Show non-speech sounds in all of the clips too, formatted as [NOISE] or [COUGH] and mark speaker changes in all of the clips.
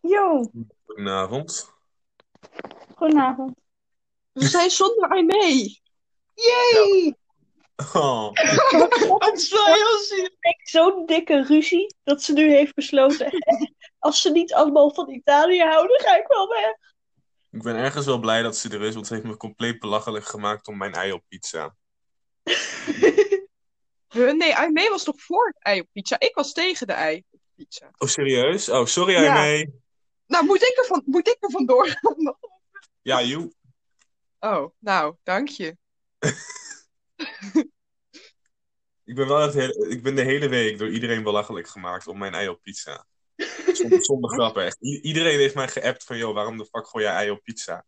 Speaker 1: Jo,
Speaker 2: Goedenavond. [LAUGHS]
Speaker 1: goedenavond.
Speaker 3: We zijn zonder Aimee.
Speaker 2: Yay! Oh,
Speaker 3: Dat is wel heel zielig.
Speaker 1: Zo'n dikke ruzie dat ze nu heeft besloten. Als ze niet allemaal van Italië houden, ga ik wel weg.
Speaker 2: ik ben ergens wel blij dat ze er is, want ze heeft me compleet belachelijk gemaakt om mijn ei op pizza.
Speaker 3: Huh, Nee, Aimee was toch voor het ei op pizza? Ik was tegen de ei op pizza.
Speaker 2: Oh, serieus? Oh, sorry,
Speaker 3: Ja.
Speaker 2: Aimee.
Speaker 3: Nou, moet ik er, van, moet ik er vandoor gaan?
Speaker 2: Ja, joe.
Speaker 3: Oh, nou, dank je.
Speaker 2: Ik ben wel echt heel- ik ben de hele week door iedereen belachelijk gemaakt om mijn ei op pizza. Zonder,
Speaker 3: [LAUGHS]
Speaker 2: zonder grappen, echt. I- iedereen heeft mij geappt van, joh, waarom de fuck gooi jij ei op pizza?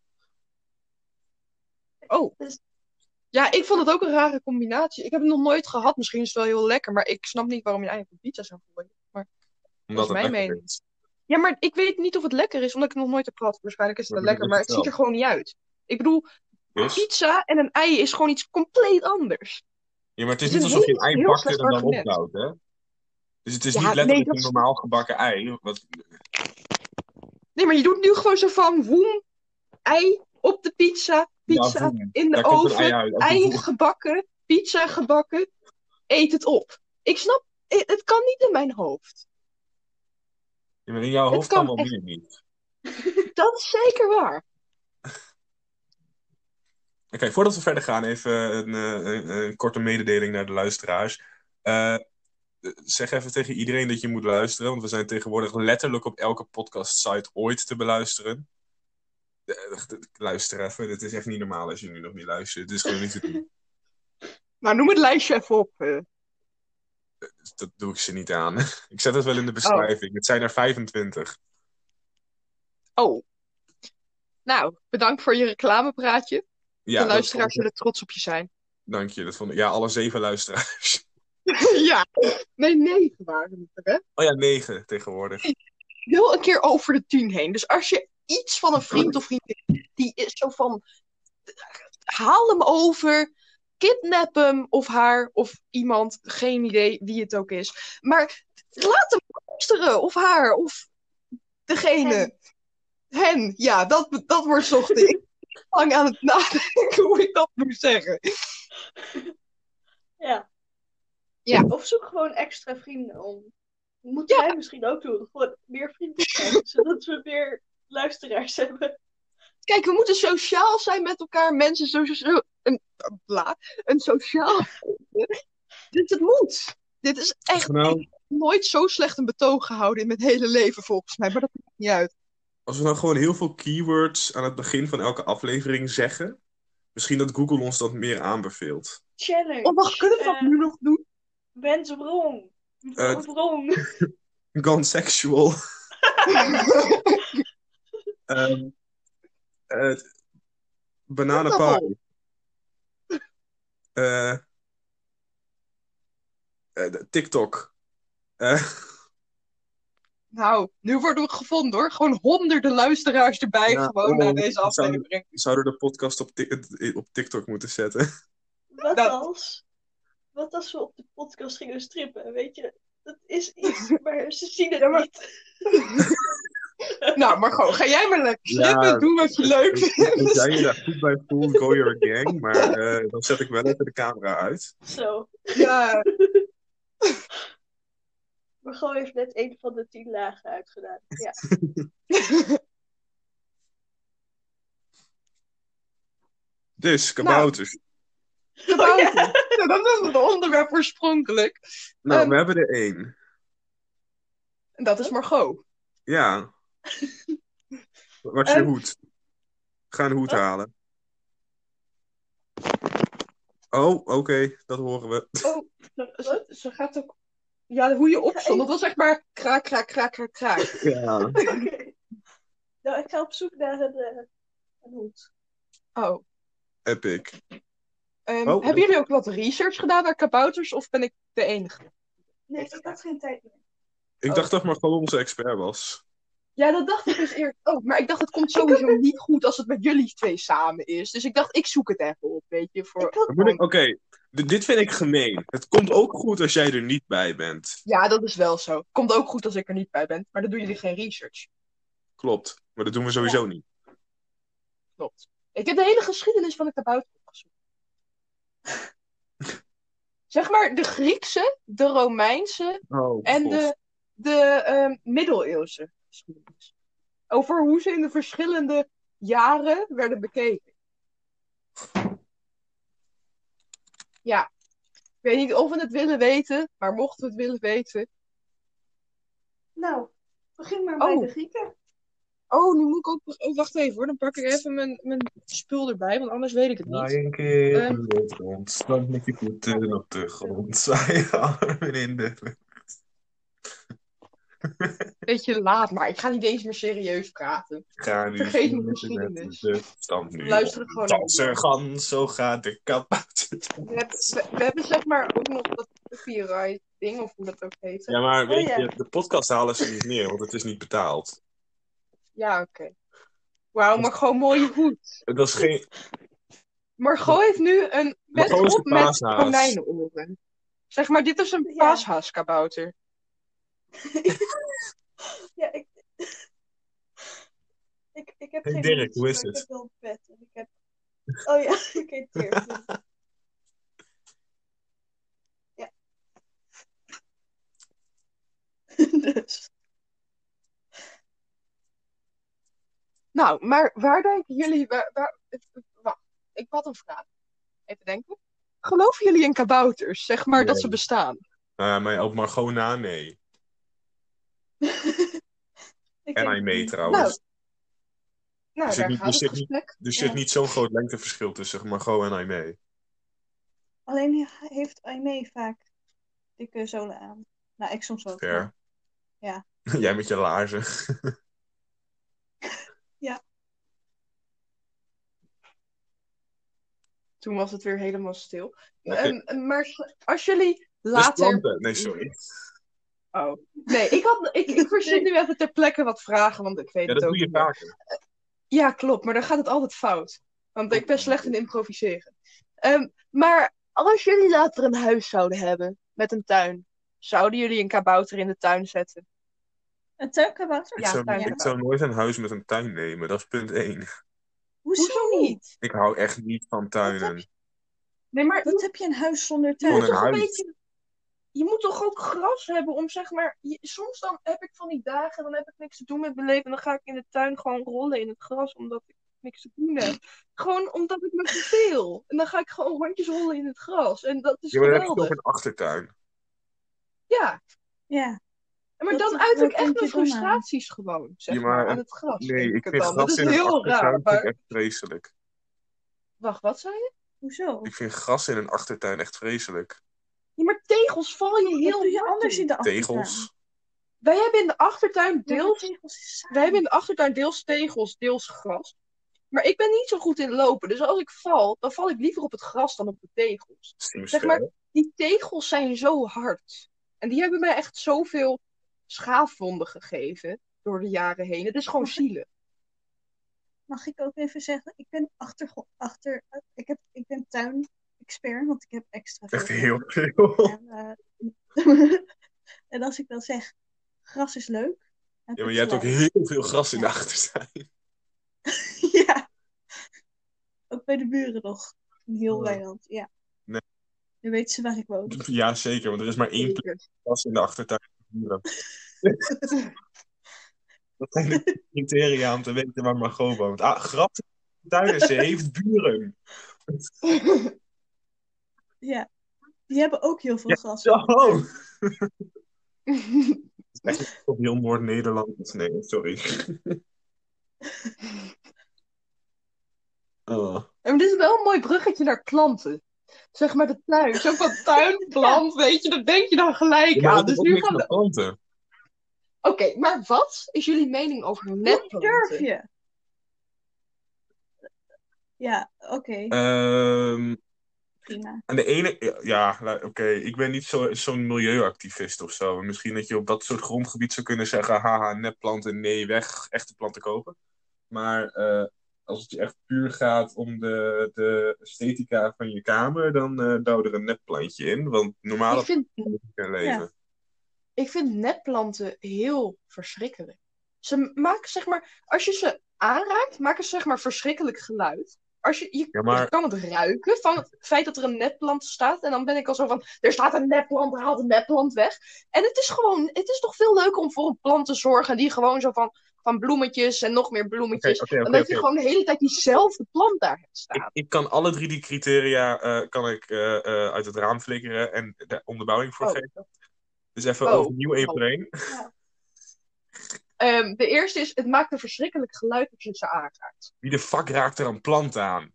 Speaker 3: Oh. Ja, ik vond het ook een rare combinatie. Ik heb het nog nooit gehad. Misschien is het wel heel lekker, maar ik snap niet waarom je ei op een pizza zou gooien. Maar
Speaker 2: Omdat
Speaker 3: dat is mijn
Speaker 2: lekker
Speaker 3: mening.
Speaker 2: is.
Speaker 3: Ja, maar ik weet niet of het lekker is, omdat ik het nog nooit heb gehad. Waarschijnlijk is het wel
Speaker 2: Maar dat
Speaker 3: lekker, maar
Speaker 2: is het
Speaker 3: het ziet er gewoon niet uit. Ik bedoel,
Speaker 2: Dus?
Speaker 3: pizza en een ei is gewoon iets compleet anders.
Speaker 2: Ja, maar het is
Speaker 3: Het
Speaker 2: niet
Speaker 3: is
Speaker 2: alsof je
Speaker 3: heel-
Speaker 2: een ei
Speaker 3: heel
Speaker 2: bakt en
Speaker 3: slecht
Speaker 2: dan
Speaker 3: argument.
Speaker 2: opbouwt, hè? Dus het is
Speaker 3: Ja,
Speaker 2: niet
Speaker 3: nee,
Speaker 2: letterlijk
Speaker 3: dat
Speaker 2: een
Speaker 3: is-
Speaker 2: normaal gebakken ei. Wat...
Speaker 3: Nee, maar je doet nu gewoon zo van woem, ei op de pizza, pizza
Speaker 2: Ja, voem.
Speaker 3: in de
Speaker 2: Daar komt een ei
Speaker 3: oven,
Speaker 2: uit. Als je
Speaker 3: ei
Speaker 2: voelt-
Speaker 3: gebakken, pizza gebakken, eet het op. Ik snap, eh, het kan niet in mijn hoofd.
Speaker 2: Ja, maar in jouw hoofd
Speaker 3: kan
Speaker 2: kan wel
Speaker 3: echt.
Speaker 2: meer niet.
Speaker 3: Dat is zeker waar.
Speaker 2: Oké, voordat we verder gaan, even een, eh, een- een korte mededeling naar de luisteraars. Eh, zeg even tegen iedereen dat je moet luisteren, want we zijn tegenwoordig letterlijk op elke podcast-site ooit te beluisteren. Eh, echt, eh, Luister even, het is echt niet normaal als je nu nog niet luistert. Het is gewoon niet te doen.
Speaker 3: Nou, noem het lijstje even op. eh.
Speaker 2: Dus Dat doe ik ze niet aan. [LAUGHS] Ik zet het wel in de beschrijving. Het zijn er 25.
Speaker 3: Oh. Nou, bedankt voor je reclamepraatje.
Speaker 2: Ja,
Speaker 3: de
Speaker 2: dat
Speaker 3: luisteraars
Speaker 2: vond ik-
Speaker 3: zullen trots op je zijn.
Speaker 2: Dank je. Dat vond ik... Ja, alle zeven luisteraars.
Speaker 3: [LAUGHS] ja. Nee, nee, waren het er, hè?
Speaker 2: Oh ja, negen tegenwoordig.
Speaker 3: Heel een keer over de tien heen. Dus als je iets van een vriend of vriendin hebt die is zo van... Haal hem over, kidnap hem of haar of iemand, geen idee wie het ook is. Maar laat hem luisteren of haar of degene. Hen, ja, dat, dat wordt zocht. Ik ben lang aan het nadenken hoe ik dat moet zeggen.
Speaker 1: Ja.
Speaker 3: Ja.
Speaker 1: Of zoek gewoon extra vrienden om. Moeten
Speaker 3: Ja.
Speaker 1: wij misschien ook doen. Gewoon meer vrienden krijgen, zodat we meer luisteraars hebben.
Speaker 3: Kijk, we moeten sociaal zijn met elkaar. Mensen zo, zo- zo- een, bla, een sociaal. dus het moet. Dit is echt
Speaker 2: Nou,
Speaker 3: nooit zo slecht een betoog gehouden in mijn hele leven, volgens mij. Maar dat maakt niet uit.
Speaker 2: Als we nou gewoon heel veel keywords aan het begin van elke aflevering zeggen, misschien dat Google ons dat meer aanbeveelt. [LAUGHS]
Speaker 1: Challenge.
Speaker 3: Oh, wacht, kunnen we dat
Speaker 1: Eh,
Speaker 3: nu nog doen? [LAUGHS]
Speaker 1: Wens wrong.
Speaker 2: Eh,
Speaker 1: Wrong.
Speaker 2: Gone sexual. Ehm eh, bananenpie. Eh, eh, TikTok. Eh, [LAUGHS]
Speaker 3: nou, nu worden we gevonden hoor. Gewoon honderden luisteraars erbij,
Speaker 2: Ja,
Speaker 3: gewoon
Speaker 2: oh,
Speaker 3: naar deze
Speaker 2: dat zou-
Speaker 3: aflevering.
Speaker 2: zouden we de podcast op, Tik- op TikTok moeten zetten?
Speaker 1: Wat
Speaker 3: Dat-
Speaker 1: als? Wat als we op de podcast gingen strippen? Weet je, dat is
Speaker 3: [LAUGHS]
Speaker 1: iets, maar ze zien het
Speaker 3: Ja, maar-
Speaker 1: niet.
Speaker 3: Nou, maar gewoon, ga jij maar lekker
Speaker 2: Ja.
Speaker 3: slippen,
Speaker 2: [LAUGHS]
Speaker 3: doen wat je leuk
Speaker 2: Als
Speaker 3: vindt.
Speaker 2: jij je daar goed bij voelt, go your gang. Maar eh, dan zet ik wel even de camera uit.
Speaker 1: Zo,
Speaker 3: Ja,
Speaker 1: Margot heeft net een van de tien lagen uitgedaan. Ja.
Speaker 2: Dus, kabouters.
Speaker 1: Oh, ja.
Speaker 3: Nou, dat was het onderwerp oorspronkelijk.
Speaker 2: Nou,
Speaker 3: Ehm,
Speaker 2: we hebben er één.
Speaker 3: En dat is Margot.
Speaker 2: [LAUGHS] Ja. Wat is je
Speaker 1: Ehm,
Speaker 2: hoed? Ga een hoed
Speaker 1: wat?
Speaker 2: halen. Oh, oké, dat horen we.
Speaker 3: Ze, ze gaat ook. Ja, hoe je opstond.
Speaker 1: Ja,
Speaker 3: Dat was echt maar kraak, kraak, kraak, kraak, kraak.
Speaker 2: Ja.
Speaker 1: Oké. [LAUGHS] Nou, ik ga op zoek naar een, eh, een hoed.
Speaker 3: Oh.
Speaker 2: [LAUGHS] Epic.
Speaker 3: ehm,
Speaker 2: Oh.
Speaker 3: hebben jullie ook wat research gedaan naar kabouters of ben ik de enige?
Speaker 1: Nee, ik had geen tijd meer.
Speaker 2: Ik
Speaker 3: Oh.
Speaker 2: dacht dat Margot onze expert was.
Speaker 3: Ja, dat dacht ik dus eerst ook. Maar [LAUGHS] ik dacht, het komt sowieso niet goed als het met jullie twee samen is. Dus ik dacht, ik zoek het even op, weet je. Voor...
Speaker 1: Ik had,
Speaker 2: Dan moet ik- Oké, d- dit vind ik gemeen. Het komt ook goed als jij er niet bij bent.
Speaker 3: Ja, dat is wel zo. Komt ook goed als ik er niet bij ben. Maar dan doen jullie geen research.
Speaker 2: Klopt. Maar dat doen we sowieso niet.
Speaker 3: Klopt. Ik heb de hele geschiedenis van de kabouter [LAUGHS] opgezocht. zeg maar, de Griekse, de Romeinse
Speaker 2: Oh,
Speaker 3: en de, de ehm, middeleeuwse geschiedenis. Over hoe ze in de verschillende jaren werden bekeken. Ja. Ik weet niet of we het willen weten, maar mochten we het willen weten.
Speaker 1: Nou, begin maar
Speaker 3: bij
Speaker 1: bij
Speaker 3: Oh. de
Speaker 1: de Grieken.
Speaker 3: Oh, nu moet ik ook. oh, wacht even hoor, dan pak ik even mijn, mijn spul erbij, want anders weet ik het niet.
Speaker 2: Een keer
Speaker 3: Eh.
Speaker 2: op de grond, slank met je voeten op de grond, [LAUGHS] zwaai je armen in de lucht.
Speaker 3: Beetje laat, maar ik ga niet eens meer serieus praten.
Speaker 2: Ga nu
Speaker 3: Vergeet
Speaker 2: zien
Speaker 3: mijn
Speaker 2: dat je net
Speaker 3: geschiedenis.
Speaker 2: de stand nu
Speaker 3: Luister gewoon naar
Speaker 2: Danser gans, zo gaat de kabouter.
Speaker 3: We hebben, we- we hebben zeg maar ook nog dat copyright ding, of hoe dat ook heet. Oh Ja,
Speaker 2: Ja, maar weet
Speaker 1: ja.
Speaker 2: je, de podcast halen ze niet meer, want het is niet betaald.
Speaker 3: oké. Wauw, Margot, mooie hoed.
Speaker 2: Het was geen...
Speaker 3: Margot heeft nu een pet
Speaker 2: Margot is
Speaker 3: op
Speaker 2: een
Speaker 3: met
Speaker 2: paashaas.
Speaker 3: konijnenoren. Zeg maar, dit is een
Speaker 1: Ja.
Speaker 3: paashaaskabouter.
Speaker 1: Ja, ik... [LAUGHS] ik, ik heb
Speaker 2: Hey,
Speaker 1: geen
Speaker 2: Dirk,
Speaker 1: hoed,
Speaker 2: hoe is
Speaker 1: maar ik
Speaker 2: het?
Speaker 1: heb wel een pet en ik heb... Oh ja, [LAUGHS] oké,
Speaker 2: [LAUGHS]
Speaker 1: Dirk. dus- ja. [LAUGHS] dus... [LAUGHS]
Speaker 3: Nou, maar waar denken jullie... Waar, waar- wacht, ik had een vraag. Even denken. Geloven jullie in kabouters? Zeg maar dat
Speaker 2: Nee.
Speaker 3: ze bestaan.
Speaker 2: eh, Maar maar op Margot na, nee.
Speaker 1: Ik
Speaker 2: En
Speaker 1: denk-
Speaker 2: hij mee trouwens.
Speaker 3: Nou. Nou,
Speaker 2: Er zit
Speaker 3: daar
Speaker 2: niet- er
Speaker 3: gaat het
Speaker 2: zit niet-
Speaker 3: gesprek.
Speaker 2: Er zit
Speaker 1: Ja.
Speaker 2: niet zo'n groot lengteverschil tussen Margot en Aimee.
Speaker 1: Alleen hij- heeft Aimee vaak dikke zolen aan. Nou, ik soms ook.
Speaker 2: Ver.
Speaker 1: Ja.
Speaker 2: [LAUGHS] Jij met je laarzen. [LAUGHS]
Speaker 3: Toen was het weer helemaal stil.
Speaker 2: Oké.
Speaker 3: Ehm, maar s- als jullie
Speaker 2: Dus
Speaker 3: later.
Speaker 2: planten. Nee, sorry.
Speaker 3: Oh. Nee, ik, had, ik, ik verzin nu even ter plekke wat vragen, want ik weet
Speaker 2: Ja,
Speaker 3: het
Speaker 2: dat
Speaker 3: ook
Speaker 2: doe je
Speaker 3: niet meer.
Speaker 2: vaker.
Speaker 3: Ja, klopt, maar dan gaat het altijd fout. Want ik ben slecht in improviseren. Ehm, maar als jullie later een huis zouden hebben met een tuin, zouden jullie een kabouter in de tuin zetten?
Speaker 1: Een tuinkabouter?
Speaker 2: Ik,
Speaker 3: Ja,
Speaker 2: zou,
Speaker 3: tuin-
Speaker 2: ik zou nooit een huis met een tuin nemen. Dat is punt één.
Speaker 1: Hoezo niet?
Speaker 2: Ik hou echt niet van tuinen.
Speaker 3: Nee, maar
Speaker 1: Wat heb je een huis zonder
Speaker 3: je
Speaker 1: tuin?
Speaker 2: Gewoon
Speaker 3: moet
Speaker 2: een
Speaker 3: toch een
Speaker 2: huis.
Speaker 3: beetje. Je moet toch ook gras hebben om zeg maar. je- soms dan heb ik van die dagen, dan heb ik niks te doen met mijn leven. En dan ga ik in de tuin gewoon rollen in het gras, omdat ik niks te doen heb. Gewoon omdat ik me verveel. En dan ga ik gewoon rondjes rollen in het gras. En dat is
Speaker 2: Ja, maar dan heb je
Speaker 3: geweldig.
Speaker 2: toch een achtertuin.
Speaker 3: Ja,
Speaker 1: Ja.
Speaker 3: en maar
Speaker 1: Dat-
Speaker 3: dan
Speaker 1: dat
Speaker 3: uit ik
Speaker 1: wordt
Speaker 3: echt
Speaker 1: denk
Speaker 3: mijn
Speaker 1: ik dan aan.
Speaker 3: frustraties gewoon. Zeg
Speaker 2: Ja,
Speaker 3: maar,
Speaker 2: maar-
Speaker 3: aan het gras.
Speaker 2: Nee,
Speaker 3: denk
Speaker 2: ik
Speaker 3: het
Speaker 2: vind
Speaker 3: dan. Dat
Speaker 2: gras
Speaker 3: is
Speaker 2: in een
Speaker 3: heel raar.
Speaker 2: achtertuin vind ik
Speaker 3: maar-
Speaker 2: echt vreselijk.
Speaker 3: Wacht, wat zei je?
Speaker 1: Hoezo?
Speaker 2: Ik vind gras in een achtertuin echt vreselijk.
Speaker 3: Ja, maar tegels val je heel
Speaker 1: Wat doe je
Speaker 3: hard
Speaker 1: anders
Speaker 3: in.
Speaker 1: in de achtertuin?
Speaker 2: Tegels.
Speaker 3: Wij hebben in de achtertuin
Speaker 1: Ja, maar
Speaker 3: deels
Speaker 1: tegels is saai.
Speaker 3: Wij hebben in de achtertuin deels tegels, deels gras. Maar ik ben niet zo goed in lopen. Dus als ik val, dan val ik liever op het gras dan op de tegels. Zeg maar, die tegels zijn zo hard. En die hebben mij echt zoveel schaafwonden gegeven door de jaren heen. Het is
Speaker 1: [LAUGHS]
Speaker 3: gewoon zielig.
Speaker 1: Mag ik ook even zeggen, ik ben achter, achter ik, heb, ik ben tuinexpert, want ik heb extra
Speaker 2: Echt
Speaker 1: veel
Speaker 2: heel veel.
Speaker 1: En, eh, [LAUGHS] en als ik dan zeg, gras is leuk. heb
Speaker 2: Ja,
Speaker 1: ik
Speaker 2: maar jij hebt ook
Speaker 1: gelijk.
Speaker 2: heel veel gras in de achtertuin.
Speaker 1: Ja. [LAUGHS] Ook bij de buren nog. Een heel
Speaker 2: Ja.
Speaker 1: weiland, ja.
Speaker 2: Nee.
Speaker 1: Nu weten ze waar ik
Speaker 2: [LAUGHS]
Speaker 1: woon.
Speaker 2: Ja, zeker, want er is maar één plek gras in de achtertuin. van de buren. Dat zijn
Speaker 3: [LAUGHS]
Speaker 2: de criteria om te weten waar Margot woont. Ah, gras in de tuin, ze heeft buren.
Speaker 1: Ja. Die hebben ook heel veel gras.
Speaker 2: Zo! Het
Speaker 3: [LAUGHS]
Speaker 2: is echt niet op heel Noord-Nederland. Nee, sorry. Oh.
Speaker 3: En dit is wel een mooi bruggetje naar planten. Zeg maar de tuin. Zo van
Speaker 1: [LAUGHS]
Speaker 3: tuinplant, weet je, dat denk je dan gelijk
Speaker 2: Ja,
Speaker 3: aan.
Speaker 2: maar
Speaker 3: Dus
Speaker 2: dat
Speaker 3: nu
Speaker 2: is
Speaker 3: gaan we...
Speaker 2: ook planten.
Speaker 3: Oké, maar wat is jullie mening over
Speaker 1: Hoe
Speaker 3: netplanten?
Speaker 1: durf je? Ja, oké,
Speaker 2: Eh. Ehm,
Speaker 1: prima.
Speaker 2: aan de ene... Ja, nou, oké. Ik ben niet zo- zo'n milieuactivist of zo. Misschien dat je op dat soort grondgebied zou kunnen zeggen... Haha, nepplanten, nee, weg. Echte planten kopen. Maar eh, als het je echt puur gaat om de, de esthetica van je kamer... dan eh douw er een nepplantje in. Want normale
Speaker 3: Ik vind
Speaker 2: planten kunnen leven.
Speaker 1: Ja.
Speaker 3: Ik vind netplanten heel verschrikkelijk. Ze maken zeg maar, als je ze aanraakt, maken ze zeg maar verschrikkelijk geluid. Als je, je,
Speaker 2: Ja, maar-
Speaker 3: je kan het ruiken van het feit dat er een neplant staat. En dan ben ik al zo van, er staat een neplant, haal de neplant weg. En het is gewoon, het is toch veel leuker om voor een plant te zorgen die gewoon zo van, van bloemetjes en nog meer bloemetjes.
Speaker 2: Oké, oké,
Speaker 3: dan
Speaker 2: oké,
Speaker 3: dat je
Speaker 2: oké.
Speaker 3: gewoon de hele tijd diezelfde plant daar hebt staan.
Speaker 2: Ik, ik kan alle drie die criteria eh, kan ik, eh, eh, uit het raam flikkeren en daar onderbouwing voor
Speaker 3: Oh.
Speaker 2: geven. Dus even
Speaker 3: Oh.
Speaker 2: overnieuw één
Speaker 3: Oh.
Speaker 2: voor één.
Speaker 3: Ehm, de eerste is, het maakt een verschrikkelijk geluid als je ze aanraakt.
Speaker 2: Wie de fuck raakt er een plant aan?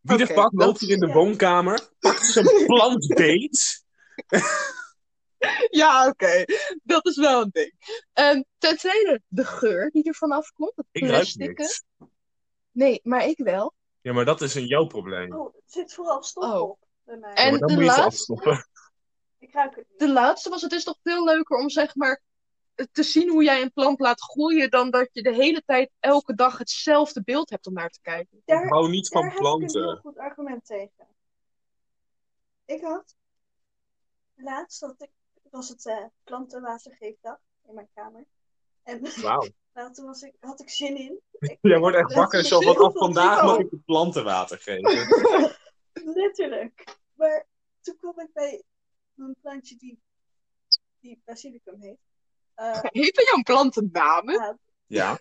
Speaker 2: Wie de
Speaker 3: Oké,
Speaker 2: fuck
Speaker 3: dat-
Speaker 2: loopt hier in de woonkamer, pakt
Speaker 3: [LAUGHS]
Speaker 2: zijn plant beet?
Speaker 3: Ja, oké. Dat is wel een ding. Ehm, ten tweede, de geur die er vanaf komt. Het
Speaker 2: Ik ruik
Speaker 3: plastic.
Speaker 2: niks.
Speaker 3: Nee, maar ik wel.
Speaker 2: Ja, maar dat is een jouw probleem.
Speaker 1: Oh, het zit vooral stof
Speaker 3: Oh.
Speaker 1: op bij mij.
Speaker 2: Ja,
Speaker 3: En-
Speaker 2: maar dan
Speaker 3: de
Speaker 2: moet je het
Speaker 3: laatste?
Speaker 2: afstoppen.
Speaker 1: Ik ruik het niet.
Speaker 3: De laatste was, het is toch veel leuker om zeg maar te zien hoe jij een plant laat groeien dan dat je de hele tijd elke dag hetzelfde beeld hebt om naar te kijken.
Speaker 2: Ik
Speaker 1: Daar,
Speaker 2: hou niet
Speaker 1: daar
Speaker 2: van
Speaker 1: heb ik een heel
Speaker 2: planten.
Speaker 1: goed argument tegen. Ik had laatst, dat ik, was het eh, plantenwatergeefdag in mijn kamer. En
Speaker 2: Wauw.
Speaker 1: Nou, toen was ik, had ik zin
Speaker 2: [LAUGHS]
Speaker 1: in. Ik,
Speaker 2: Jij wordt echt
Speaker 1: [LAUGHS] Ja,
Speaker 2: wakker en zo
Speaker 1: heel
Speaker 2: van af
Speaker 1: veel
Speaker 2: vandaag mag
Speaker 1: niveau.
Speaker 2: ik de planten water geven.
Speaker 1: Letterlijk. Maar toen kwam ik bij een plantje die, die basilicum heet. Eh,
Speaker 3: Heeft bij jou een plant een naam?
Speaker 1: ja,
Speaker 2: Ja,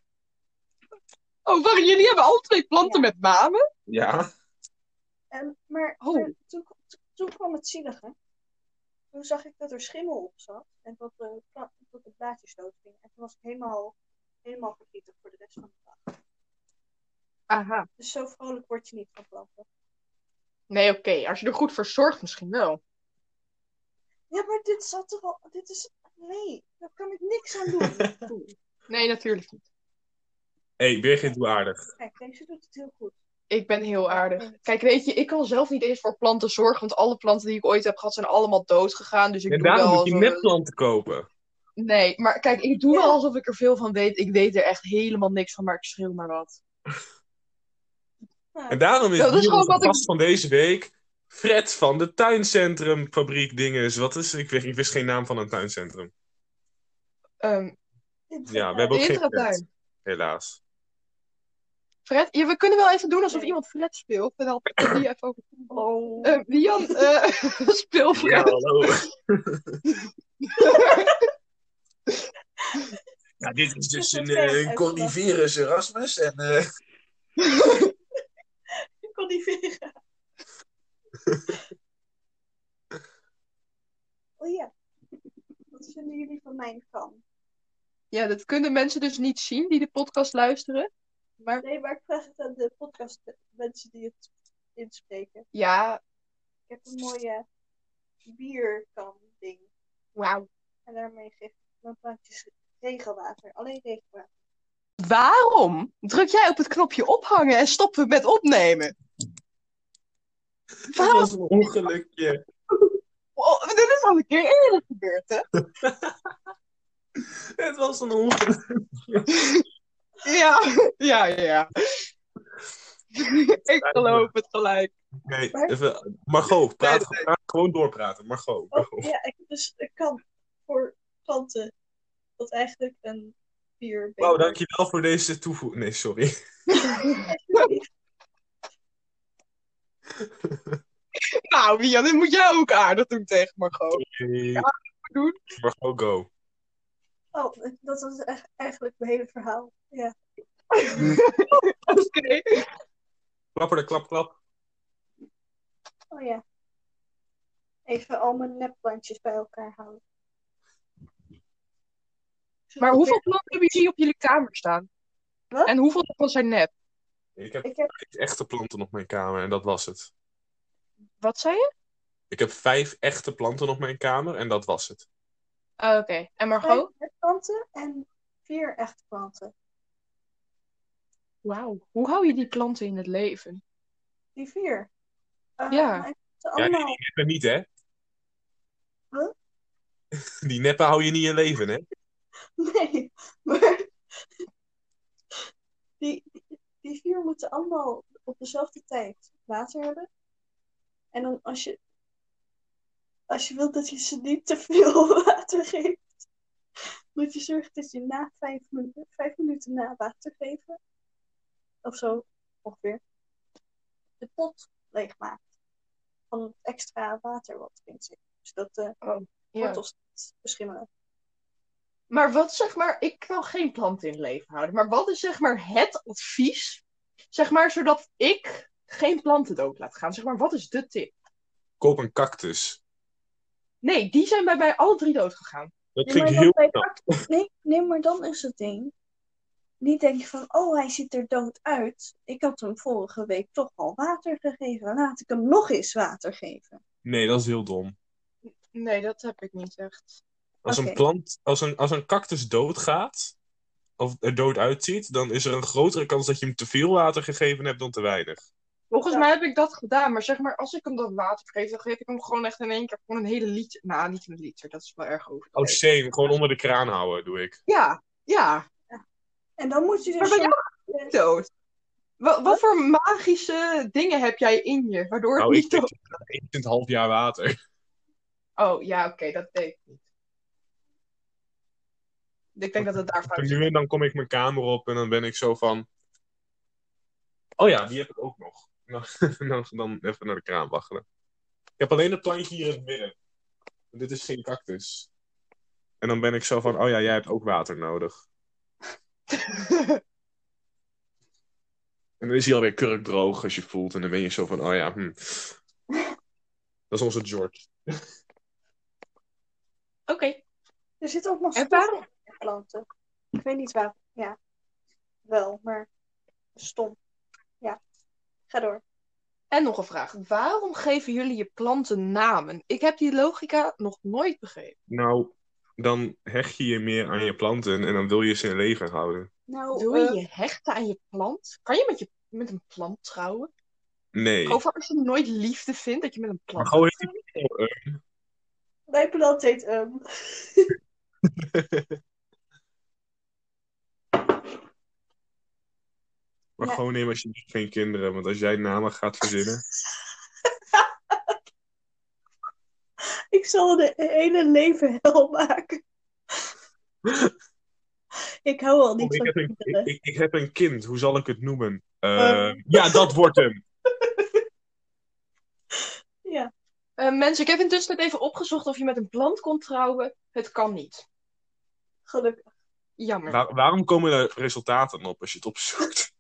Speaker 3: Oh, wacht, jullie hebben alle twee planten
Speaker 1: Ja.
Speaker 3: met namen?
Speaker 2: ja.
Speaker 1: en, maar
Speaker 3: Oh.
Speaker 1: maar toen, toen kwam het zielige. Toen zag ik dat er schimmel op zat. En dat de, pla- dat de blaadjes dood gingen. En toen was ik helemaal, helemaal verdrietig voor de rest van de dag.
Speaker 3: Aha.
Speaker 1: Dus zo vrolijk word je niet van planten.
Speaker 3: Nee, oké. Als je er goed voor zorgt, misschien wel.
Speaker 1: Ja, maar dit zat er al... Dit is... Nee, daar kan ik niks aan
Speaker 2: [LAUGHS]
Speaker 1: doen.
Speaker 3: Nee, natuurlijk niet.
Speaker 2: Hé, hey, Birgit, doe aardig.
Speaker 1: Kijk, deze doet het heel goed.
Speaker 3: Ik ben heel aardig. Kijk, weet je, ik kan zelf niet eens voor planten zorgen, want alle planten die ik ooit heb gehad zijn allemaal dood gegaan. Dus ik
Speaker 2: En
Speaker 3: doe
Speaker 2: daarom
Speaker 3: wel
Speaker 2: moet je
Speaker 3: alsof-
Speaker 2: nepplanten kopen.
Speaker 3: Nee, maar kijk, ik doe
Speaker 1: Ja.
Speaker 3: wel alsof ik er veel van weet. Ik weet er echt helemaal niks van, maar ik schreeuw maar wat.
Speaker 1: Nou,
Speaker 2: En daarom is,
Speaker 3: Ja, dat is
Speaker 2: hier
Speaker 3: gewoon
Speaker 2: onze
Speaker 3: wat ik-
Speaker 2: gast van deze week Fred van de tuincentrumfabriek dinges. Wat is, ik wist, ik wist geen naam van een tuincentrum.
Speaker 3: Ehm
Speaker 2: Ja, we
Speaker 1: hebben.
Speaker 2: hebben ook geen Fred,
Speaker 3: Intratuin.
Speaker 2: helaas.
Speaker 3: Fred, ja, we kunnen wel even doen alsof
Speaker 1: Nee.
Speaker 3: iemand Fred speelt. En dan die even over.
Speaker 1: Oh.
Speaker 3: Ehm, Lian, eh, [LAUGHS] speel Fred.
Speaker 2: hallo. [LAUGHS] Ja, dit is
Speaker 1: dus een, eh, een coniferus
Speaker 2: Erasmus. En, eh, [LAUGHS]
Speaker 1: Ik kon die veren. [LAUGHS] oh ja. Wat vinden jullie van mijn kan?
Speaker 3: ja, dat kunnen mensen dus niet zien die de podcast luisteren. Maar
Speaker 1: Nee, maar ik vraag het aan de podcast mensen die het inspreken.
Speaker 3: ja,
Speaker 1: Ik heb een mooie bierkan ding.
Speaker 3: wauw.
Speaker 1: En daarmee geef ik mijn plantjes regenwater. Alleen regenwater.
Speaker 3: Waarom druk jij op het knopje ophangen en stoppen we met opnemen?
Speaker 2: dat
Speaker 3: Waarom?
Speaker 2: was een ongelukje.
Speaker 3: Oh, dit is al een keer eerder gebeurd, hè?
Speaker 2: Het was een ongeluk.
Speaker 3: Ja, ja, ja. [LAUGHS] Ik geloof het gelijk.
Speaker 2: Nee, even, Margot, praat,
Speaker 3: Nee, nee.
Speaker 2: praat gewoon doorpraten. Margot.
Speaker 1: Oh ja, ik heb dus een kan voor planten. Wat eigenlijk een bier.
Speaker 2: Wauw, dankjewel voor deze toevoeging. Nee, sorry.
Speaker 3: Nou, Mian, dit moet jij ook aardig doen tegen Margot. [LAUGHS] doen.
Speaker 2: Margot, go.
Speaker 1: Oh, dat was echt- eigenlijk mijn hele verhaal. Ja.
Speaker 3: Oké.
Speaker 2: Klapper de klap, klap.
Speaker 1: Oh ja. Even al mijn nepplantjes bij elkaar houden.
Speaker 3: Maar hoeveel planten hebben jullie op jullie kamer staan?
Speaker 1: Wat?
Speaker 3: En hoeveel daarvan zijn nep?
Speaker 2: Ik heb
Speaker 1: Ik heb
Speaker 2: vijf echte planten op mijn kamer en dat was het.
Speaker 3: Wat zei je?
Speaker 2: Ik heb vijf echte planten op mijn kamer en dat was het.
Speaker 3: Ah, Oké. En
Speaker 1: vijf
Speaker 3: Margot?
Speaker 1: nepplanten en vier echte planten.
Speaker 3: Wauw. Hoe hou je die planten in het leven?
Speaker 1: Die vier. Eh,
Speaker 3: Ja.
Speaker 1: maar ik heb Ze
Speaker 2: Ja, die
Speaker 1: allemaal.
Speaker 2: neppen niet, hè?
Speaker 1: Huh?
Speaker 2: [LAUGHS] Die neppen hou je niet in leven, hè?
Speaker 1: [LAUGHS] Nee, maar. Die, die vier moeten allemaal op dezelfde tijd water hebben. En dan als je. [LAUGHS] Als je wilt dat je ze niet te veel water geeft, moet je zorgen dat je na vijf, minu- vijf minuten na water geven, of zo ongeveer, de pot leegmaakt van het extra water wat erin zit. Zodat de wortels niet beschimmelen.
Speaker 3: Maar wat zeg maar, ik wil geen plant in het leven houden. Maar wat is zeg maar het advies? Zeg maar, zodat ik geen planten dood laat gaan. Zeg maar, wat is de tip?
Speaker 2: Koop een cactus.
Speaker 3: Nee, die zijn bij mij alle drie dood gegaan.
Speaker 2: Dat
Speaker 1: Nee, maar
Speaker 2: klinkt
Speaker 1: dan
Speaker 2: heel
Speaker 1: bij
Speaker 2: knap.
Speaker 1: cactus- nee, nee, maar dan is het ding. Niet denk je van, oh, hij ziet er dood uit. Ik had hem vorige week toch al water gegeven. Laat ik hem nog eens water geven.
Speaker 2: Nee, dat is heel dom.
Speaker 3: Nee, dat heb ik niet echt.
Speaker 2: Als
Speaker 1: Oké.
Speaker 2: een plant, als een, als een cactus doodgaat, of er dood uitziet, dan is er een grotere kans dat je hem te veel water gegeven hebt dan te weinig.
Speaker 3: Volgens
Speaker 1: Ja.
Speaker 3: mij heb ik dat gedaan. Maar zeg maar, als ik hem dan water geef, dan geef ik hem gewoon echt in één keer gewoon een hele liter. Nou, niet een liter, dat is wel erg
Speaker 2: Oh,
Speaker 3: overdreven.
Speaker 2: shame. Gewoon onder de kraan houden, doe ik.
Speaker 3: ja, ja,
Speaker 1: En dan moet je dus...
Speaker 3: Maar bij jou
Speaker 1: zorgen-
Speaker 3: dood. Wat, wat voor magische dingen heb jij in je, waardoor het
Speaker 2: Nou,
Speaker 3: niet
Speaker 2: ik
Speaker 3: dood...
Speaker 2: denk eens in het half jaar water.
Speaker 3: Oh, ja, oké, dat deed ik niet. Ik denk dat het daar
Speaker 2: En
Speaker 3: fout
Speaker 2: nu
Speaker 3: is.
Speaker 2: en dan kom ik mijn kamer op en dan ben ik zo van... Oh ja, die heb ik ook nog. [LAUGHS] Nou, dan, dan even naar de kraan waggelen. Ik heb alleen een plantje hier in het midden. Dit is geen cactus. En dan ben ik zo van, oh ja, jij hebt ook water nodig. En dan is hij alweer kurkdroog als je voelt. En dan ben je zo van, oh ja, hm. Dat is onze George.
Speaker 3: [LAUGHS] Oké.
Speaker 1: Er zit ook nog
Speaker 3: En
Speaker 1: stof
Speaker 3: waarom-
Speaker 1: in planten. Ik weet niet waar. Ja, wel, maar stom. Ja, ga door.
Speaker 3: En nog een vraag. Waarom geven jullie je planten namen? Ik heb die logica nog nooit begrepen.
Speaker 2: Nou, dan hecht je je meer aan je planten en dan wil je ze in leven houden.
Speaker 1: Nou,
Speaker 3: Wil je
Speaker 1: eh,
Speaker 3: je hechten aan je plant? Kan je met, je, met een plant trouwen?
Speaker 2: Nee.
Speaker 3: Of als je nooit liefde vindt, dat je met een
Speaker 2: Maar
Speaker 3: plant...
Speaker 2: gewoon heet die oh, eh,
Speaker 1: mijn plant heet... ehm, [LAUGHS]
Speaker 2: Maar
Speaker 1: Ja.
Speaker 2: gewoon neem alsjeblieft geen kinderen, want als jij namen gaat verzinnen.
Speaker 1: ik zal de hele leven hel
Speaker 2: [LAUGHS]
Speaker 1: maken. ik hou al
Speaker 2: Oh,
Speaker 1: niet
Speaker 2: ik,
Speaker 1: van
Speaker 2: heb een, ik,
Speaker 1: kinderen.
Speaker 2: ik- ik heb een kind, hoe zal ik het noemen? Eh, Ja, dat wordt hem.
Speaker 1: Ja,
Speaker 3: Eh, mensen, ik heb intussen net even opgezocht of je met een plant kon trouwen. Het kan niet.
Speaker 1: gelukkig.
Speaker 3: Jammer.
Speaker 2: Waar- waarom komen er resultaten op als je het opzoekt?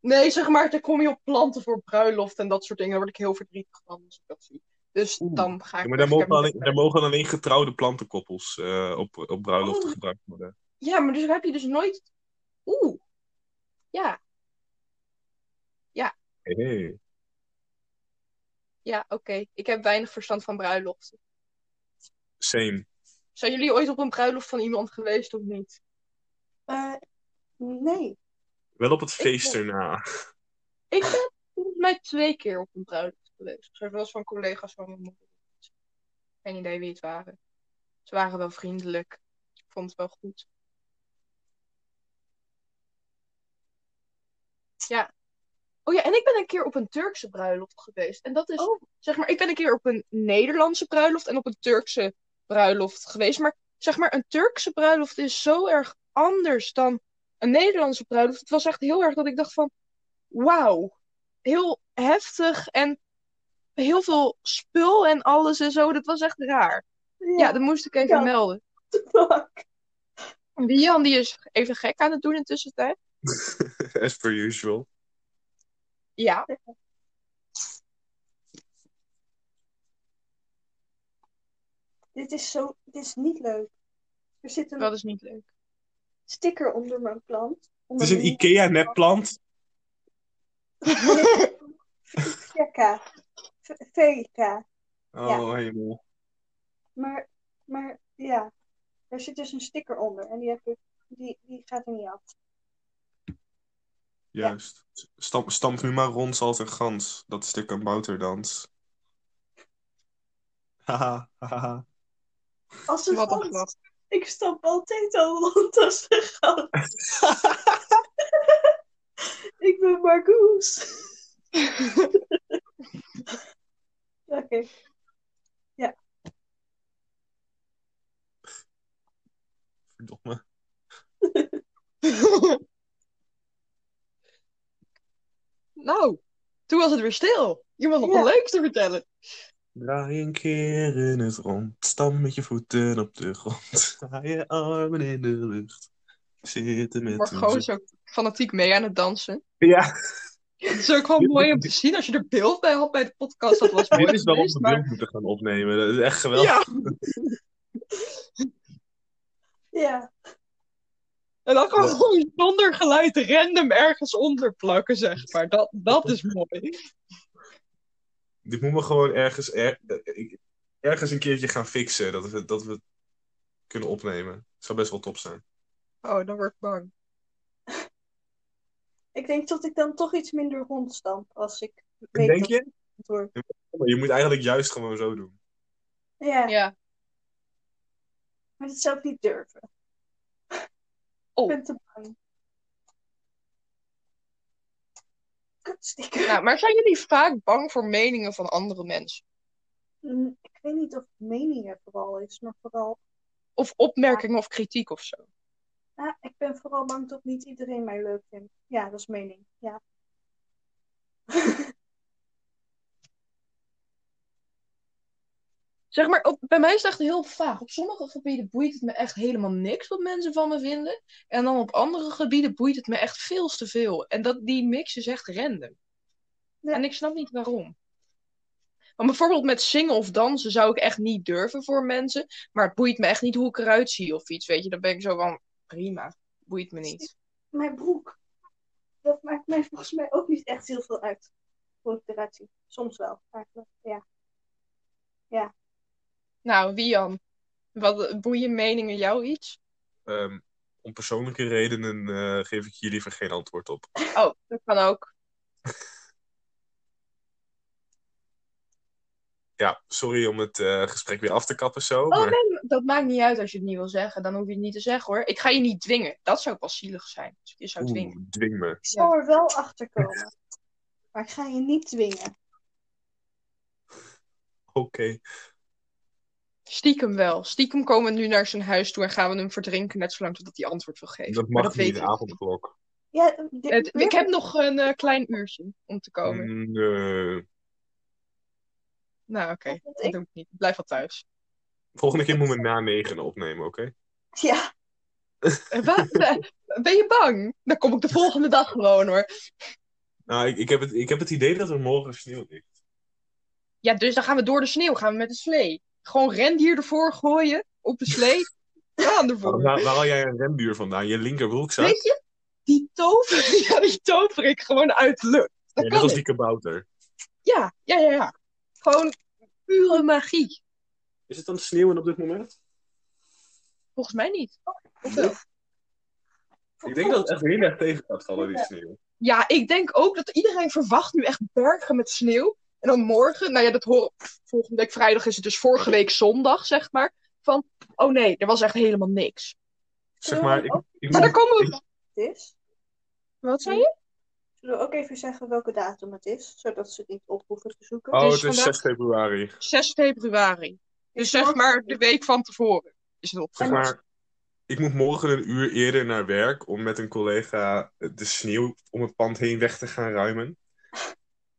Speaker 3: Nee, zeg maar, dan kom je op planten voor bruiloft en dat soort dingen. Daar word ik heel verdrietig van als ik dat zie. Dus
Speaker 2: Oeh.
Speaker 3: dan ga ik...
Speaker 2: Ja, [LAUGHS] maar
Speaker 3: weg.
Speaker 2: daar
Speaker 3: Ik heb
Speaker 2: mogen, alleen,
Speaker 3: niet-
Speaker 2: daar mogen alleen getrouwde plantenkoppels eh, op, op bruiloft
Speaker 1: Oh.
Speaker 2: gebruikt worden.
Speaker 3: Ja, maar dus heb je dus nooit... Oeh. Ja,
Speaker 2: Hey.
Speaker 3: ja, oké. Ik heb weinig verstand van bruiloften.
Speaker 2: Same.
Speaker 3: Zijn jullie ooit op een bruiloft van iemand geweest of niet?
Speaker 1: Eh, nee.
Speaker 2: Wel op het feest
Speaker 3: ben-
Speaker 2: erna. [LAUGHS]
Speaker 3: Ik ben volgens mij twee keer op een bruiloft geweest. Zo was van collega's van mijn moeder. Geen idee wie het waren. Ze waren wel vriendelijk. Ik vond het wel goed. Ja. Oh ja, en ik ben een keer op een Turkse bruiloft geweest. En dat is,
Speaker 1: Oh.
Speaker 3: zeg maar, ik ben een keer op een Nederlandse bruiloft en op een Turkse bruiloft geweest. Maar zeg maar, een Turkse bruiloft is zo erg anders dan een Nederlandse bruiloft. Het was echt heel erg dat ik dacht van, wauw, heel heftig en heel veel spul en alles en zo. Dat was echt raar. Ja, dat moest ik even
Speaker 1: Ja.
Speaker 3: melden.
Speaker 1: [LAUGHS] fuck.
Speaker 3: Die Jan die is even gek aan het doen in de tussentijd.
Speaker 2: As per usual.
Speaker 3: Ja.
Speaker 1: Dit is zo... Dit is niet leuk. Er zit een
Speaker 3: Dat is niet leuk.
Speaker 1: sticker onder mijn plant.
Speaker 2: Het
Speaker 1: Onder
Speaker 2: is een
Speaker 1: mijn-
Speaker 2: IKEA-nepplant.
Speaker 1: VK. V- VK.
Speaker 2: Oh, helemaal.
Speaker 1: Maar, maar ja, er zit dus een sticker onder en die, heb ik, die, die gaat er niet af.
Speaker 2: Juist. Stamp, stamp nu maar rond, zalt en gans. Dat is de bouterdans. Haha, haha.
Speaker 1: Als een
Speaker 3: Wat een
Speaker 1: gans.
Speaker 3: grap.
Speaker 1: Ik stap altijd al [LAUGHS] rond als een
Speaker 3: [LAUGHS]
Speaker 1: gans. ik ben
Speaker 3: [LAUGHS]
Speaker 1: Margoes. Oké. Ja,
Speaker 2: Godverdomme.
Speaker 3: nou, toen was het weer stil. Je was nog
Speaker 1: Ja.
Speaker 3: wat leuks te vertellen.
Speaker 2: Draai een keer in het rond. Stam met je voeten op de grond. [LAUGHS] Draai je armen in de lucht. Zitten met
Speaker 3: Margot
Speaker 2: een
Speaker 3: is ook fanatiek mee aan het dansen.
Speaker 2: zin- Ja,
Speaker 3: Het is ook wel mooi om te zien als je er beeld bij had bij de podcast. Dat was mooi
Speaker 2: Dit is wel
Speaker 3: geweest,
Speaker 2: wat we
Speaker 3: maar-
Speaker 2: beeld moeten gaan opnemen. Dat is echt geweldig.
Speaker 3: Ja,
Speaker 1: Ja,
Speaker 3: en dan gewoon zonder geluid random ergens onder plakken, zeg maar. Dat, dat is mooi.
Speaker 2: Dit moet me gewoon ergens, er- eh, ergens een keertje gaan fixen. Dat we, dat we het kunnen opnemen. Zou best wel top zijn.
Speaker 3: Oh, dan word ik bang.
Speaker 1: ik denk dat ik dan toch iets minder rondstamp als ik weet
Speaker 2: Denk
Speaker 1: dat
Speaker 2: je?
Speaker 1: het door.
Speaker 2: Maar je moet eigenlijk juist gewoon zo doen.
Speaker 1: Ja,
Speaker 3: Ja.
Speaker 1: maar dat zou ik niet durven.
Speaker 3: Oh.
Speaker 1: Ik ben te bang. Kutstikker.
Speaker 3: Nou, maar zijn jullie vaak bang voor meningen van andere mensen?
Speaker 1: Mm, Ik weet niet of het meningen vooral is, maar vooral...
Speaker 3: Of opmerkingen of kritiek of zo?
Speaker 1: Ah, ik ben vooral bang dat niet iedereen mij leuk vindt. Ja, dat is mening. Ja.
Speaker 3: Zeg maar, op- bij mij is het echt heel vaag. Op sommige gebieden boeit het me echt helemaal niks wat mensen van me vinden. En dan op andere gebieden boeit het me echt veel te veel. En dat, die mix is echt random.
Speaker 1: Ja.
Speaker 3: En ik snap niet waarom. Maar bijvoorbeeld met zingen of dansen zou ik echt niet durven voor mensen. Maar het boeit me echt niet hoe ik eruit zie of iets. Weet je, dan ben ik zo van prima. Boeit me niet.
Speaker 1: Mijn broek. Dat maakt mij volgens mij ook niet echt heel veel uit. Hoe ik eruit zie. Soms wel, eigenlijk. Ja.
Speaker 3: Nou, Wian, wat boeien meningen jou iets?
Speaker 2: Ehm, om persoonlijke redenen eh, geef ik hier liever geen antwoord op.
Speaker 3: Oh, dat kan ook.
Speaker 2: Ja, sorry om het eh, gesprek weer af te kappen zo.
Speaker 3: Oh
Speaker 2: maar
Speaker 3: nee, dat maakt niet uit als je het niet wil zeggen. Dan hoef je het niet te zeggen hoor. Ik ga je niet dwingen. Dat zou pas zielig zijn. Als ik je zou
Speaker 2: Oeh,
Speaker 3: dwingen.
Speaker 2: dwing me.
Speaker 1: Ik zal er wel achter komen. Maar ik ga je niet dwingen.
Speaker 2: Oké.
Speaker 3: Stiekem wel. Stiekem komen we nu naar zijn huis toe en gaan we hem verdrinken. Net zolang totdat hij antwoord wil geven.
Speaker 2: Dat
Speaker 3: Maar
Speaker 2: mag
Speaker 3: weet
Speaker 2: niet, de
Speaker 3: ik niet.
Speaker 2: avondklok.
Speaker 1: Ja, dit-
Speaker 3: Het- ik heb nog een eh, klein uurtje om te komen.
Speaker 2: Hmm. Mm, Nee.
Speaker 3: Nou oké,
Speaker 1: Wat moet
Speaker 3: dat
Speaker 1: ik?
Speaker 3: doe ik niet. Ik Blijf wel thuis.
Speaker 2: Volgende keer moeten we na negen opnemen, oké?
Speaker 1: Ja,
Speaker 3: Eh, wa- eh, ben je bang? Dan kom ik de volgende dag gewoon hoor.
Speaker 2: Nou, ik, ik, heb het, ik heb het idee dat er morgen sneeuw ligt.
Speaker 3: Ja, dus dan gaan we door de sneeuw. Gaan we met de slee. Gewoon rendier ervoor gooien. Op de slee.
Speaker 2: [LAUGHS]
Speaker 3: Gaan ervoor.
Speaker 2: Waar, waar haal jij een renbuur vandaan? Je linker broekzak?
Speaker 3: Weet je, die tover, [LAUGHS] ja, die tover ik gewoon uit de lucht. Dat
Speaker 2: Ja, net
Speaker 3: kan
Speaker 2: als
Speaker 3: ik.
Speaker 2: die kabouter.
Speaker 3: Ja, ja, ja, ja. Gewoon pure magie.
Speaker 2: Is het dan sneeuwen op dit moment?
Speaker 3: Volgens mij niet. Of wel?
Speaker 2: Ik denk dat het echt heel erg tegen gaat vallen, die sneeuw.
Speaker 3: Ja, ik denk ook dat iedereen verwacht nu echt bergen met sneeuw. En dan morgen, nou ja, dat hoor volgende week vrijdag is het dus vorige week zondag, zeg maar. Van, oh nee, er was echt helemaal niks.
Speaker 2: Zeg maar, ik,
Speaker 1: Zullen we
Speaker 2: ik
Speaker 3: Maar
Speaker 2: moet-
Speaker 3: daar komen we...
Speaker 1: het is?
Speaker 3: Wat zei je?
Speaker 1: Zullen we ook even zeggen welke datum het is? Zodat ze het niet op hoeven te zoeken.
Speaker 2: Oh,
Speaker 3: dus
Speaker 2: het is
Speaker 3: vandaag-
Speaker 2: 6 februari.
Speaker 3: 6 februari. Dus
Speaker 1: Is
Speaker 3: zeg
Speaker 1: morgen-
Speaker 3: maar de week van tevoren is het
Speaker 2: Zeg
Speaker 3: opgenomen.
Speaker 2: maar, ik moet morgen een uur eerder naar werk om met een collega de sneeuw om het pand heen weg te gaan ruimen.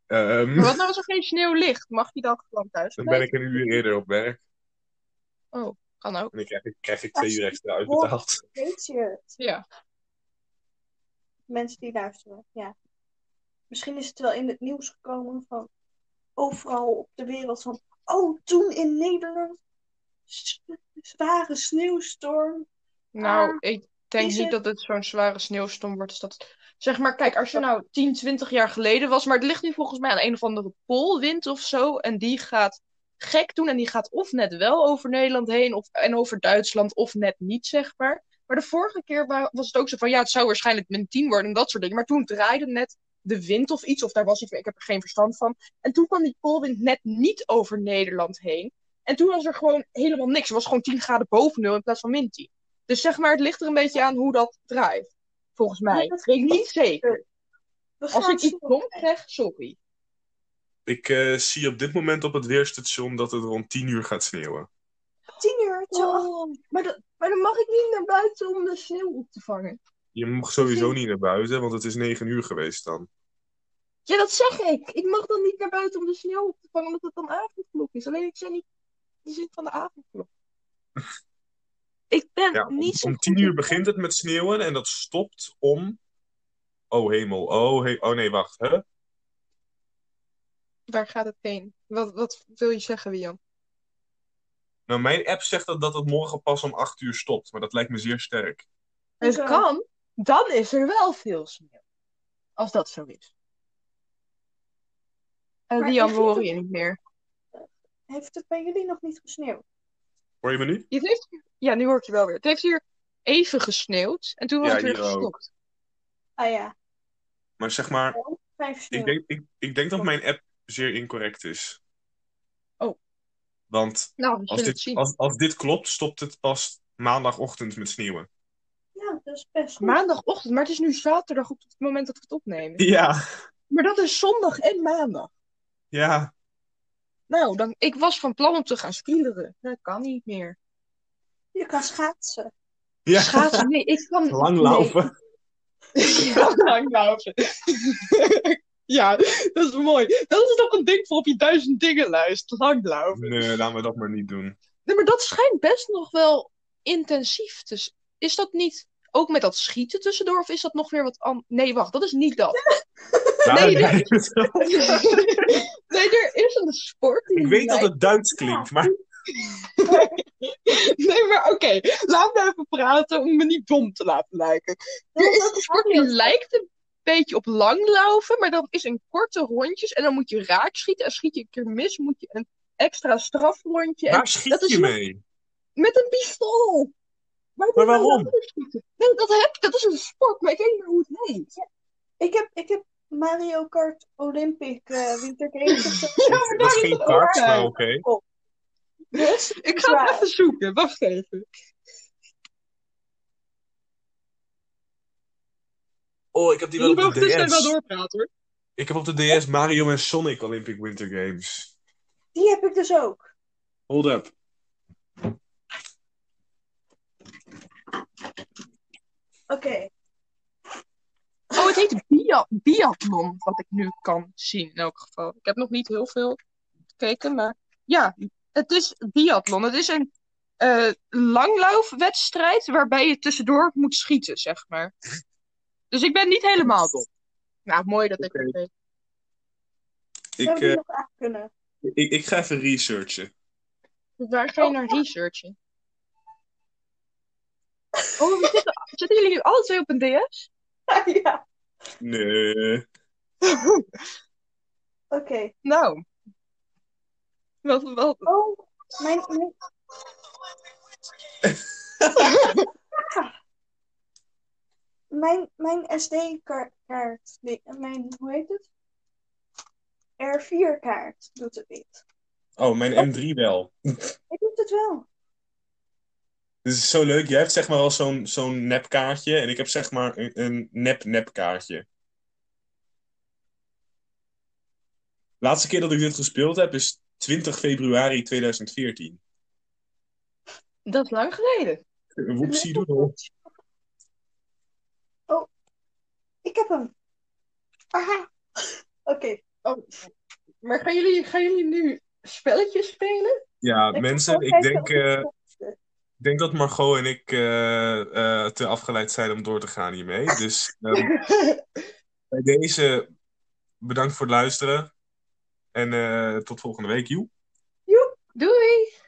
Speaker 2: Ehm,
Speaker 3: Maar wat nou als er geen sneeuw ligt? Mag je dan gewoon thuis
Speaker 2: dan ben
Speaker 3: blijven?
Speaker 2: ik een uur eerder op werk
Speaker 3: Kan ook.
Speaker 2: en dan krijg ik, krijg ik twee uur extra uitbetaald.
Speaker 1: Weet je het?
Speaker 3: Ja.
Speaker 1: Mensen die luisteren, ja. Misschien is het wel in het nieuws gekomen van overal op de wereld van... Oh, toen in Nederland s- zware sneeuwstorm.
Speaker 3: Nou,
Speaker 1: Ah,
Speaker 3: ik denk
Speaker 1: is het-
Speaker 3: niet dat het zo'n zware sneeuwstorm wordt. Dus dat... Zeg maar, kijk, als je nou 10, 20 jaar geleden was, maar het ligt nu volgens mij aan een of andere poolwind of zo. En die gaat gek doen en die gaat of net wel over Nederland heen of, en over Duitsland of net niet, zeg maar. Maar de vorige keer wa- was het ook zo van, ja, het zou waarschijnlijk min 10 worden en dat soort dingen. Maar toen draaide net de wind of iets, of daar was iets, maar ik heb er geen verstand van. En toen kwam die poolwind net niet over Nederland heen. En toen was er gewoon helemaal niks. Het was gewoon 10 graden boven nul in plaats van min 10. Dus zeg maar, het ligt er een beetje aan hoe dat draait. Volgens mij.
Speaker 1: Ja, dat-
Speaker 3: Ik weet niet zeker.
Speaker 1: We gaan
Speaker 3: Als ik iets
Speaker 1: zo-
Speaker 3: dom krijg, sorry.
Speaker 2: Ik eh, zie op dit moment op het weerstation dat het rond 10 uur gaat sneeuwen.
Speaker 1: Tien uur, zo acht.
Speaker 3: Oh, maar, dat, maar dan mag ik niet naar buiten om de sneeuw op te vangen.
Speaker 2: Je mag sowieso niet naar buiten, want het is negen uur geweest dan.
Speaker 3: Ja, dat zeg ik. Ik mag dan niet naar buiten om de sneeuw op te vangen, omdat het dan avondklok is. Alleen ik zei niet de zin van de avondklok. ik ben
Speaker 2: Ja, om,
Speaker 3: niet zo
Speaker 2: om
Speaker 3: goed
Speaker 2: tien
Speaker 3: in-
Speaker 2: uur begint het met sneeuwen en dat stopt om... Oh hemel, oh, he... oh nee, wacht. Hè?
Speaker 3: Waar gaat het heen? Wat, wat wil je zeggen, Wian?
Speaker 2: Nou, mijn app zegt dat, dat het morgen pas om acht uur stopt, maar dat lijkt me zeer sterk.
Speaker 3: Het
Speaker 1: Hoezo?
Speaker 3: Dus kan. Dan is er wel veel sneeuw. Als dat zo is. Eh, En
Speaker 1: Maar
Speaker 3: Wian,
Speaker 1: je
Speaker 3: we
Speaker 1: ziet
Speaker 3: horen
Speaker 1: het-
Speaker 3: je niet meer.
Speaker 1: Heeft het bij jullie nog niet gesneeuwd?
Speaker 2: Hoor je me nu?
Speaker 3: Het heeft... Ja, nu hoor ik je wel weer. Het heeft hier even gesneeuwd. En toen was
Speaker 2: Ja,
Speaker 3: het weer
Speaker 2: hier ook.
Speaker 3: gestopt.
Speaker 1: Ah ja,
Speaker 2: Maar zeg maar,
Speaker 3: Oh.
Speaker 1: vijf sneeuw.
Speaker 2: ik denk, ik, ik denk dat mijn app zeer incorrect is.
Speaker 3: Oh.
Speaker 2: Want
Speaker 3: Nou, we
Speaker 2: als
Speaker 3: zullen het
Speaker 2: dit,
Speaker 3: zien.
Speaker 2: als, als dit klopt, stopt het pas maandagochtend met
Speaker 3: [LAUGHS]
Speaker 2: sneeuwen.
Speaker 1: Ja, dat is best goed.
Speaker 3: Maandagochtend, maar het is nu zaterdag op het moment dat we het opnemen.
Speaker 2: Ja,
Speaker 3: Maar dat is zondag en maandag.
Speaker 2: ja.
Speaker 3: Nou, dan, ik was van plan om te gaan skileren. Dat kan niet meer.
Speaker 1: Je kan schaatsen.
Speaker 2: ja.
Speaker 3: Schaatsen, nee, ik kan...
Speaker 2: Langlopen.
Speaker 3: Nee. [LAUGHS] Ja, langlopen. [LAUGHS] ja, dat is mooi. Dat is toch een ding voor op je duizend dingen lijst. Langlopen.
Speaker 2: Nee, laten we dat maar niet doen.
Speaker 3: Nee, maar dat schijnt best nog wel intensief te zijn. Is dat niet ook met dat schieten tussendoor? Of is dat nog weer wat anders? Nee, wacht, dat is niet [LAUGHS] dat.
Speaker 2: Daarom-
Speaker 3: nee. nee, er is een sport die
Speaker 2: Ik weet dat het Duits klinkt, maar
Speaker 3: Nee, maar oké. Laat me even praten om me niet dom te laten lijken. Er is een sport die lijkt een beetje op langlaufen, maar dat is in korte rondjes. En dan moet je raak schieten. En schiet je een keer mis, moet je een extra strafrondje. En
Speaker 2: waar schiet
Speaker 3: dat is
Speaker 2: je
Speaker 3: nog-
Speaker 2: mee?
Speaker 3: met een pistool!
Speaker 2: Maar
Speaker 3: Waar moet je
Speaker 2: waarom?
Speaker 3: nou mee schieten? Nee, dat, heb, dat is een sport, maar ik weet niet meer hoe het heet.
Speaker 1: Ik heb, ik heb Mario Kart Olympic eh Winter Games of zo.
Speaker 2: Dat is geen kart, maar oké.
Speaker 1: Dus,
Speaker 3: Ik ga het
Speaker 1: Drive.
Speaker 3: even zoeken, wacht even.
Speaker 2: Oh, ik heb die wel
Speaker 3: Je
Speaker 2: op
Speaker 3: mag
Speaker 2: de
Speaker 3: tussen wel
Speaker 2: DS.
Speaker 3: doorpraten hoor.
Speaker 2: Ik heb op de DS Mario en Sonic Olympic Winter Games.
Speaker 1: die heb ik dus ook.
Speaker 2: Hold up.
Speaker 1: Oké.
Speaker 3: Oh, het heet bia biathlon, wat ik nu kan zien in elk geval. Ik heb nog niet heel veel gekeken, maar ja, het is biathlon. Het is een eh langlaufwedstrijd waarbij je tussendoor moet schieten, zeg maar. Dus ik ben niet helemaal dom. Nou, mooi dat ik
Speaker 2: Oké.
Speaker 3: het weet.
Speaker 2: Ik,
Speaker 1: Zou die
Speaker 2: eh,
Speaker 1: nog aan kunnen? [LAUGHS]
Speaker 2: ik, ik ga even researchen.
Speaker 3: Waar ga je naar researchen? Oh, we zitten, zitten jullie nu alle twee op een DS?
Speaker 1: ja,
Speaker 2: Nee.
Speaker 1: oké.
Speaker 3: Nou. Wat, wat,
Speaker 1: Oh, mijn,
Speaker 2: [LAUGHS]
Speaker 1: mijn- mijn, mijn SD-kaart, nee, mijn, hoe heet het? R4-kaart doet het niet.
Speaker 2: Oh, mijn M3 wel.
Speaker 1: Ik doet het wel.
Speaker 2: Dit is zo leuk. Jij hebt zeg maar al zo'n zo'n nepkaartje en ik heb zeg maar een, een nep-nepkaartje. Laatste keer dat ik dit gespeeld heb is 20 februari 2014.
Speaker 3: dat is lang geleden.
Speaker 2: Woepsie doedel.
Speaker 1: Oh, Ik heb hem. Aha. [LAUGHS] Oké.
Speaker 3: Oh. Maar gaan jullie, gaan jullie nu spelletjes spelen?
Speaker 2: Ja,
Speaker 1: Ik
Speaker 2: mensen,
Speaker 1: heb
Speaker 2: ik
Speaker 1: ook
Speaker 2: denk,
Speaker 1: even-
Speaker 2: eh, ik denk dat Margot en ik eh, eh, te afgeleid zijn om door te gaan hiermee. Dus ehm, bij deze bedankt voor het luisteren. En eh, tot volgende week, joe.
Speaker 3: Doei!